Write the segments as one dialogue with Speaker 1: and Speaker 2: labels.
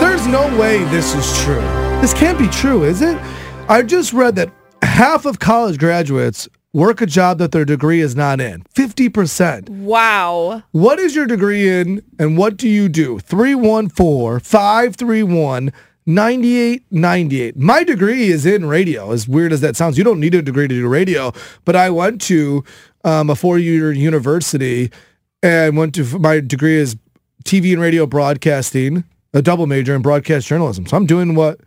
Speaker 1: There's no way this is true. This can't be true, is it? I just read that half of college graduates work a job that their degree is not in 50%.
Speaker 2: Wow.
Speaker 1: What is your degree in and what do you do? 314 531 9898. My degree is in radio, as weird as that sounds. You don't need a degree to do radio, but I went to um, a four year university and went to my degree is TV and radio broadcasting, a double major in broadcast journalism. So I'm doing what,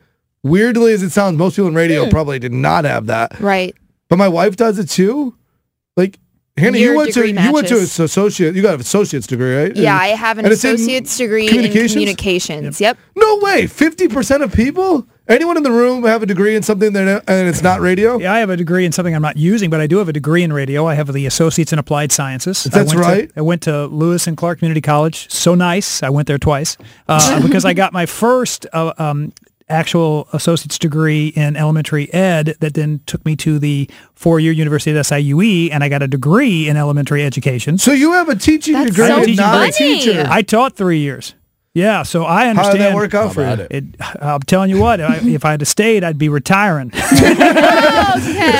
Speaker 1: weirdly as it sounds, most people in radio probably did not have that.
Speaker 2: Right.
Speaker 1: But my wife does it too. Like Hannah,
Speaker 2: Your
Speaker 1: you went to
Speaker 2: degree
Speaker 1: you went to an
Speaker 2: matches.
Speaker 1: associate. You got an associate's degree, right?
Speaker 2: Yeah,
Speaker 1: And-
Speaker 2: I have an
Speaker 1: and it's in
Speaker 2: associate's degree
Speaker 1: communications?
Speaker 2: in communications. Yep.
Speaker 1: No way. Fifty percent of people, anyone in the room, have a degree in something that and it's not radio.
Speaker 3: Yeah, I have a degree in something I'm not using, but I do have a degree in radio. I have the Associates in Applied Sciences. I
Speaker 1: That's
Speaker 3: went to-
Speaker 1: right.
Speaker 3: I went to Lewis and Clark Community College. So nice. I went there twice uh, because I got my first uh, um, actual associate's degree in elementary ed that then took me to the four-year University at SIUE, and I got a degree in elementary education.
Speaker 1: So you have a teaching
Speaker 2: That's
Speaker 1: degree,
Speaker 2: so
Speaker 1: and not
Speaker 2: funny.
Speaker 1: a teacher.
Speaker 3: I taught three years. Yeah, so I
Speaker 1: How
Speaker 3: understand.
Speaker 1: did that work out for you?
Speaker 3: It, I'm telling you what, I, if I had stayed, I'd be retiring.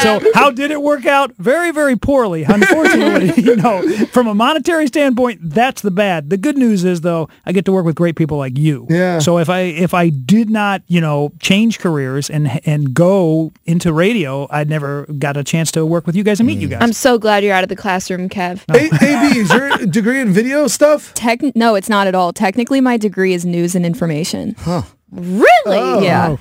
Speaker 3: so how did it work out? Very, very poorly. Unfortunately, you know, from a monetary standpoint, that's the bad. The good news is though, I get to work with great people like you.
Speaker 1: Yeah.
Speaker 3: So if I if I did not, you know, change careers and and go into radio, I'd never got a chance to work with you guys and meet you guys.
Speaker 2: I'm so glad you're out of the classroom, Kev.
Speaker 1: A- AB is your degree in video stuff.
Speaker 4: Tech? No, it's not at all. Technically, my degree is news and information.
Speaker 2: Really?
Speaker 1: Oh.
Speaker 4: Yeah.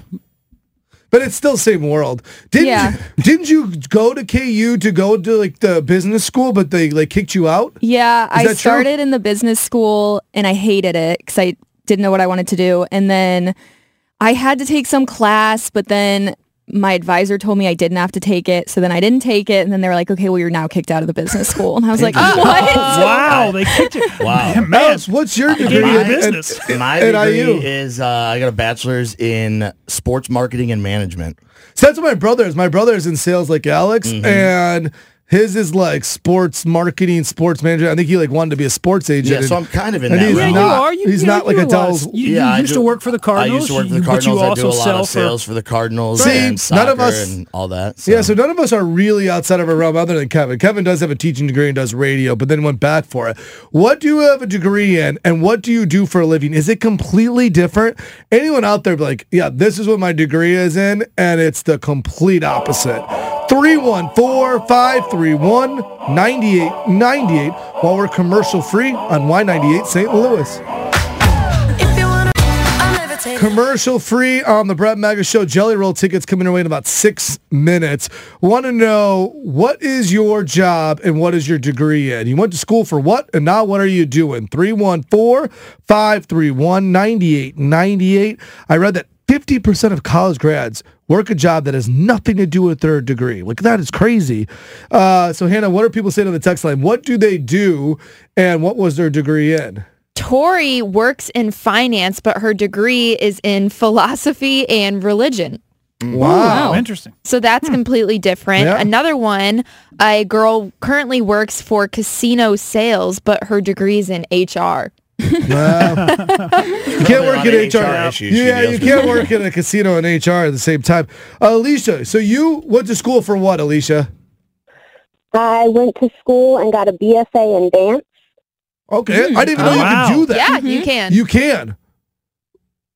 Speaker 1: But it's still same world. Didn't
Speaker 4: Yeah.
Speaker 1: you, didn't you go to KU to go to like the business school, but they like kicked you out?
Speaker 4: Yeah, I
Speaker 1: that true?
Speaker 4: started in the business school and I hated it because I didn't know what I wanted to do. And then I had to take some class, but then my advisor told me I didn't have to take it. So then I didn't take it. And then they were like, okay, well, you're now kicked out of the business school. And I was like, what?
Speaker 3: wow, they kicked you.
Speaker 5: Wow.
Speaker 3: Man,
Speaker 1: Alice, what's your
Speaker 3: gave
Speaker 1: degree
Speaker 3: you a
Speaker 1: in- in-
Speaker 3: business.
Speaker 5: My
Speaker 1: at
Speaker 5: degree
Speaker 1: IU?
Speaker 5: is uh, I got a bachelor's in sports marketing and management.
Speaker 1: So that's what my brother is. My brother is in sales like Alex,
Speaker 5: Mm-hmm.
Speaker 1: and his is like sports marketing, sports manager. I think he like wanted to be a sports agent.
Speaker 5: Yeah, so I'm kind of in
Speaker 1: and
Speaker 5: that
Speaker 1: he's
Speaker 3: yeah,
Speaker 5: realm.
Speaker 1: not-
Speaker 3: you are. You,
Speaker 1: he's
Speaker 3: you-
Speaker 1: not like
Speaker 3: you
Speaker 1: a
Speaker 3: were
Speaker 1: Dallas-
Speaker 3: lost. You, you
Speaker 5: I
Speaker 3: used
Speaker 5: do-
Speaker 3: to work for the Cardinals.
Speaker 5: I used to work for
Speaker 3: you-
Speaker 5: the Cardinals.
Speaker 3: But
Speaker 5: I
Speaker 3: you
Speaker 5: do
Speaker 3: also
Speaker 5: a lot
Speaker 3: sell
Speaker 5: of sales for, the Cardinals
Speaker 1: See,
Speaker 5: and soccer
Speaker 1: none of us-
Speaker 5: and all that.
Speaker 1: Yeah, so none of us are really outside of a realm other than Kevin. Kevin does have a teaching degree and does radio, but then went back for it. What do you have a degree in and what do you do for a living? Is it completely different? Anyone out there be like, yeah, this is what my degree is in, and it's the complete opposite. 314-531-9898 while we're commercial free on Y98 St. Louis. Commercial free on the Brett Mega Show. Jelly Roll tickets coming your way in about six minutes. Want to know what is your job and what is your degree in? You went to school for what and now what are you doing? 314-531-9898. I read that 50% of college grads work a job that has nothing to do with their degree. Like that is crazy. Uh, so Hannah, what are people saying on the text line? What do they do and what was their degree in?
Speaker 2: Tori works in finance, but her degree is in philosophy and religion.
Speaker 3: Oh, interesting.
Speaker 2: So that's completely different.
Speaker 1: Hmm. Yeah.
Speaker 2: Another one, a girl currently works for casino sales, but her degree's in HR.
Speaker 1: You can't work in
Speaker 5: Probably a lot
Speaker 1: HR.
Speaker 5: of HR issues she
Speaker 1: yeah,
Speaker 5: deals
Speaker 1: you
Speaker 5: with.
Speaker 1: can't work in a casino and HR at the same time. Alicia, so you went to school for what, Alicia?
Speaker 6: I went to school and got a BSA in dance.
Speaker 1: Okay, I didn't even know you
Speaker 3: Wow.
Speaker 1: could do that.
Speaker 2: Yeah, you can.
Speaker 1: You can.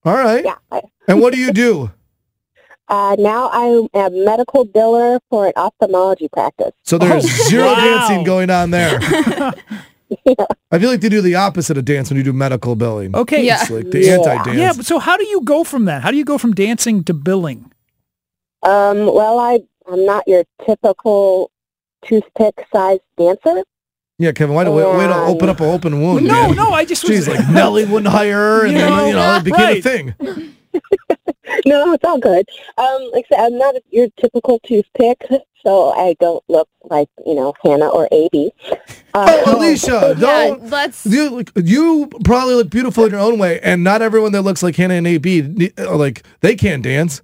Speaker 1: All right. And what do you do?
Speaker 6: Uh, now I'm a medical biller for an ophthalmology practice.
Speaker 1: So there's zero dancing going on there.
Speaker 6: Um,
Speaker 1: I feel like they do the opposite of dance when you do medical billing.
Speaker 3: Okay.
Speaker 1: It's like the anti-dance.
Speaker 3: Yeah, but so how do you go from that? How do you go from dancing to billing?
Speaker 6: Um, well, I I'm not your typical toothpick sized dancer.
Speaker 1: Yeah, Kevin, why do way, way to open up an open wound?
Speaker 6: No,
Speaker 1: man.
Speaker 6: no, I just was-
Speaker 1: She's like Nelly wouldn't hire her, and
Speaker 6: You
Speaker 1: then
Speaker 6: know,
Speaker 1: you know it became a
Speaker 6: right.
Speaker 1: thing.
Speaker 6: No, it's all good. Um, like I said, I'm not your typical toothpick, so I don't look like you know Hannah or AB. Uh,
Speaker 1: Oh, Alicia, don't.
Speaker 2: let's.
Speaker 1: You, you probably look beautiful in your own way, and not everyone that looks like Hannah and AB, ne- uh, like they can't dance.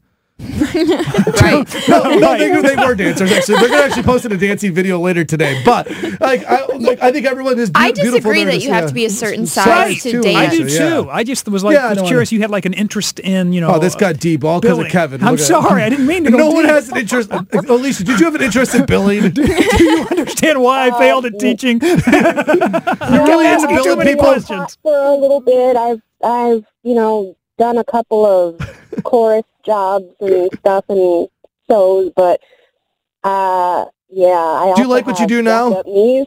Speaker 1: no, no, they, they were dancers. Actually, they're gonna actually post a dancing video later today. But like, I, like, I think everyone is. Be-
Speaker 2: I
Speaker 1: beautiful
Speaker 2: disagree
Speaker 1: there
Speaker 2: that
Speaker 1: is,
Speaker 2: you have
Speaker 1: yeah.
Speaker 2: to be a certain size
Speaker 1: Size
Speaker 2: to
Speaker 1: too,
Speaker 2: date.
Speaker 3: I do
Speaker 1: Actually, yeah.
Speaker 3: too. I just was like
Speaker 1: Yeah, I
Speaker 3: was
Speaker 1: don't
Speaker 3: curious. You had like an interest in you know.
Speaker 1: Oh, this got deep all because of
Speaker 3: billing.
Speaker 1: Kevin.
Speaker 3: uh, I'm
Speaker 1: Look at-
Speaker 3: sorry, I didn't mean to. Go
Speaker 1: no one
Speaker 3: deep.
Speaker 1: has an interest. uh, Alicia, did you have an interest in billing?
Speaker 3: do you understand why I failed
Speaker 7: Oh.
Speaker 3: at teaching? you really
Speaker 6: I've been doing hip-hop for a little bit. I've I've you know done a couple of chorus jobs and stuff and shows, but uh, yeah. I
Speaker 1: Do you
Speaker 6: also
Speaker 1: like what you
Speaker 6: have
Speaker 1: do now?
Speaker 6: jacked up Knees.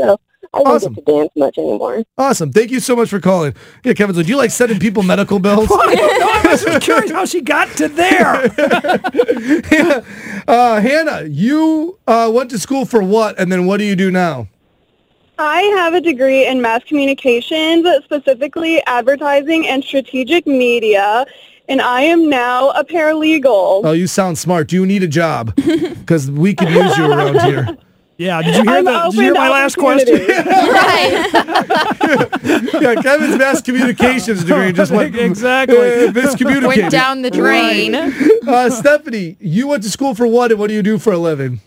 Speaker 6: so I don't
Speaker 1: Awesome.
Speaker 6: get to dance much anymore.
Speaker 1: Awesome. Thank you so much for calling. Yeah, Kevin's like, do you like sending people medical bills?
Speaker 3: I was just curious how she got to there.
Speaker 1: uh, Hannah, you uh, went to school for what, and then what do you do now?
Speaker 7: I have a degree in mass communications, specifically advertising and strategic media, and I am now a paralegal.
Speaker 1: Oh, you sound smart. Do you need a job? Because we could use you around here.
Speaker 3: Yeah, did you hear,
Speaker 7: I'm
Speaker 3: the, did you hear
Speaker 7: open to
Speaker 3: my last question?
Speaker 1: Yeah, Kevin's mass communications degree just went
Speaker 3: exactly
Speaker 1: miscommunicated.
Speaker 2: Went down the drain.
Speaker 1: Right. Uh, Stephanie, you went to school for what, and what do you do for a living?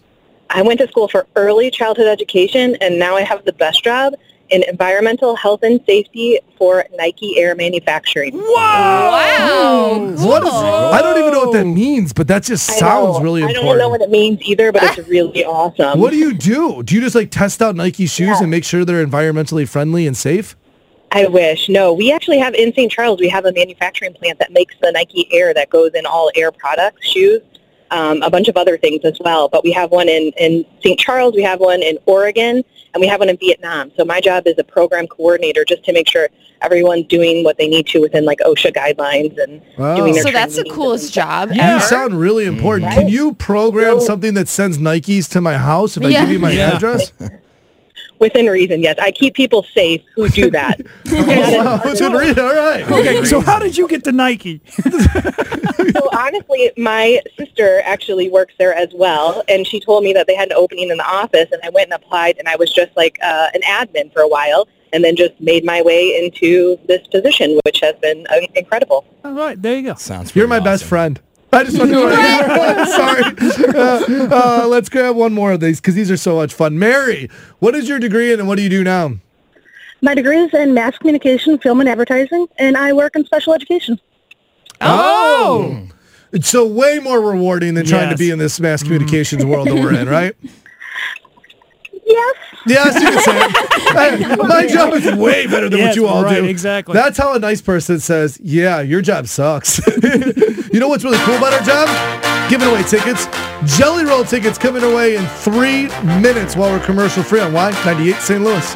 Speaker 8: I went to school for early childhood education, and now I have the best job in environmental health and safety for Nike Air Manufacturing.
Speaker 1: Wow! Oh. What is? I don't even know what that means, but that just sounds really
Speaker 8: I
Speaker 1: important. Ah.
Speaker 8: don't know what it means either, but it's really awesome.
Speaker 1: What do you do? Do you just like test out Nike shoes and make sure they're environmentally friendly and safe?
Speaker 8: I wish. No, we actually have in St. Charles, we have a manufacturing plant that makes the Nike Air that goes in all air products, shoes, um, a bunch of other things as well. But we have one in, in St. Charles, we have one in Oregon, and we have one in Vietnam. So my job is a program coordinator just to make sure everyone's doing what they need to within like OSHA guidelines and doing their
Speaker 2: So that's the coolest job
Speaker 1: You
Speaker 2: ever.
Speaker 1: sound really important. Can you program something that sends Nikes to my house if I
Speaker 8: Yeah.
Speaker 1: give you my
Speaker 8: Yeah.
Speaker 1: address?
Speaker 8: within reason. Yes, I keep people safe who do that.
Speaker 1: wow, within reason, all right.
Speaker 3: Okay, so how did you get to Nike?
Speaker 8: so honestly, my sister actually works there as well, and she told me that they had an opening in the office, and I went and applied, and I was just like uh, an admin for a while, and then just made my way into this position, which has been uh, incredible.
Speaker 3: All right, there you go.
Speaker 1: Sounds You're my best friend. I just want to. Sorry. Uh, uh, let's grab one more of these because these are so much fun. Mary, what is your degree in and what do you do now?
Speaker 9: My degree is in mass communication, film, and advertising, and I work in special education.
Speaker 1: Oh. It's so way more rewarding than trying to be in this
Speaker 3: Mm-hmm.
Speaker 1: mass communications world that we're in, right?
Speaker 9: Yes.
Speaker 1: Yes, you can say it. Hey, My job is way better than
Speaker 3: Yes,
Speaker 1: what you all
Speaker 3: right,
Speaker 1: do.
Speaker 3: exactly.
Speaker 1: That's how a nice person says, yeah, your job sucks. you know what's really cool about our job? Giving away tickets. Jelly roll tickets coming away in three minutes while we're commercial free on Y98 St. Louis.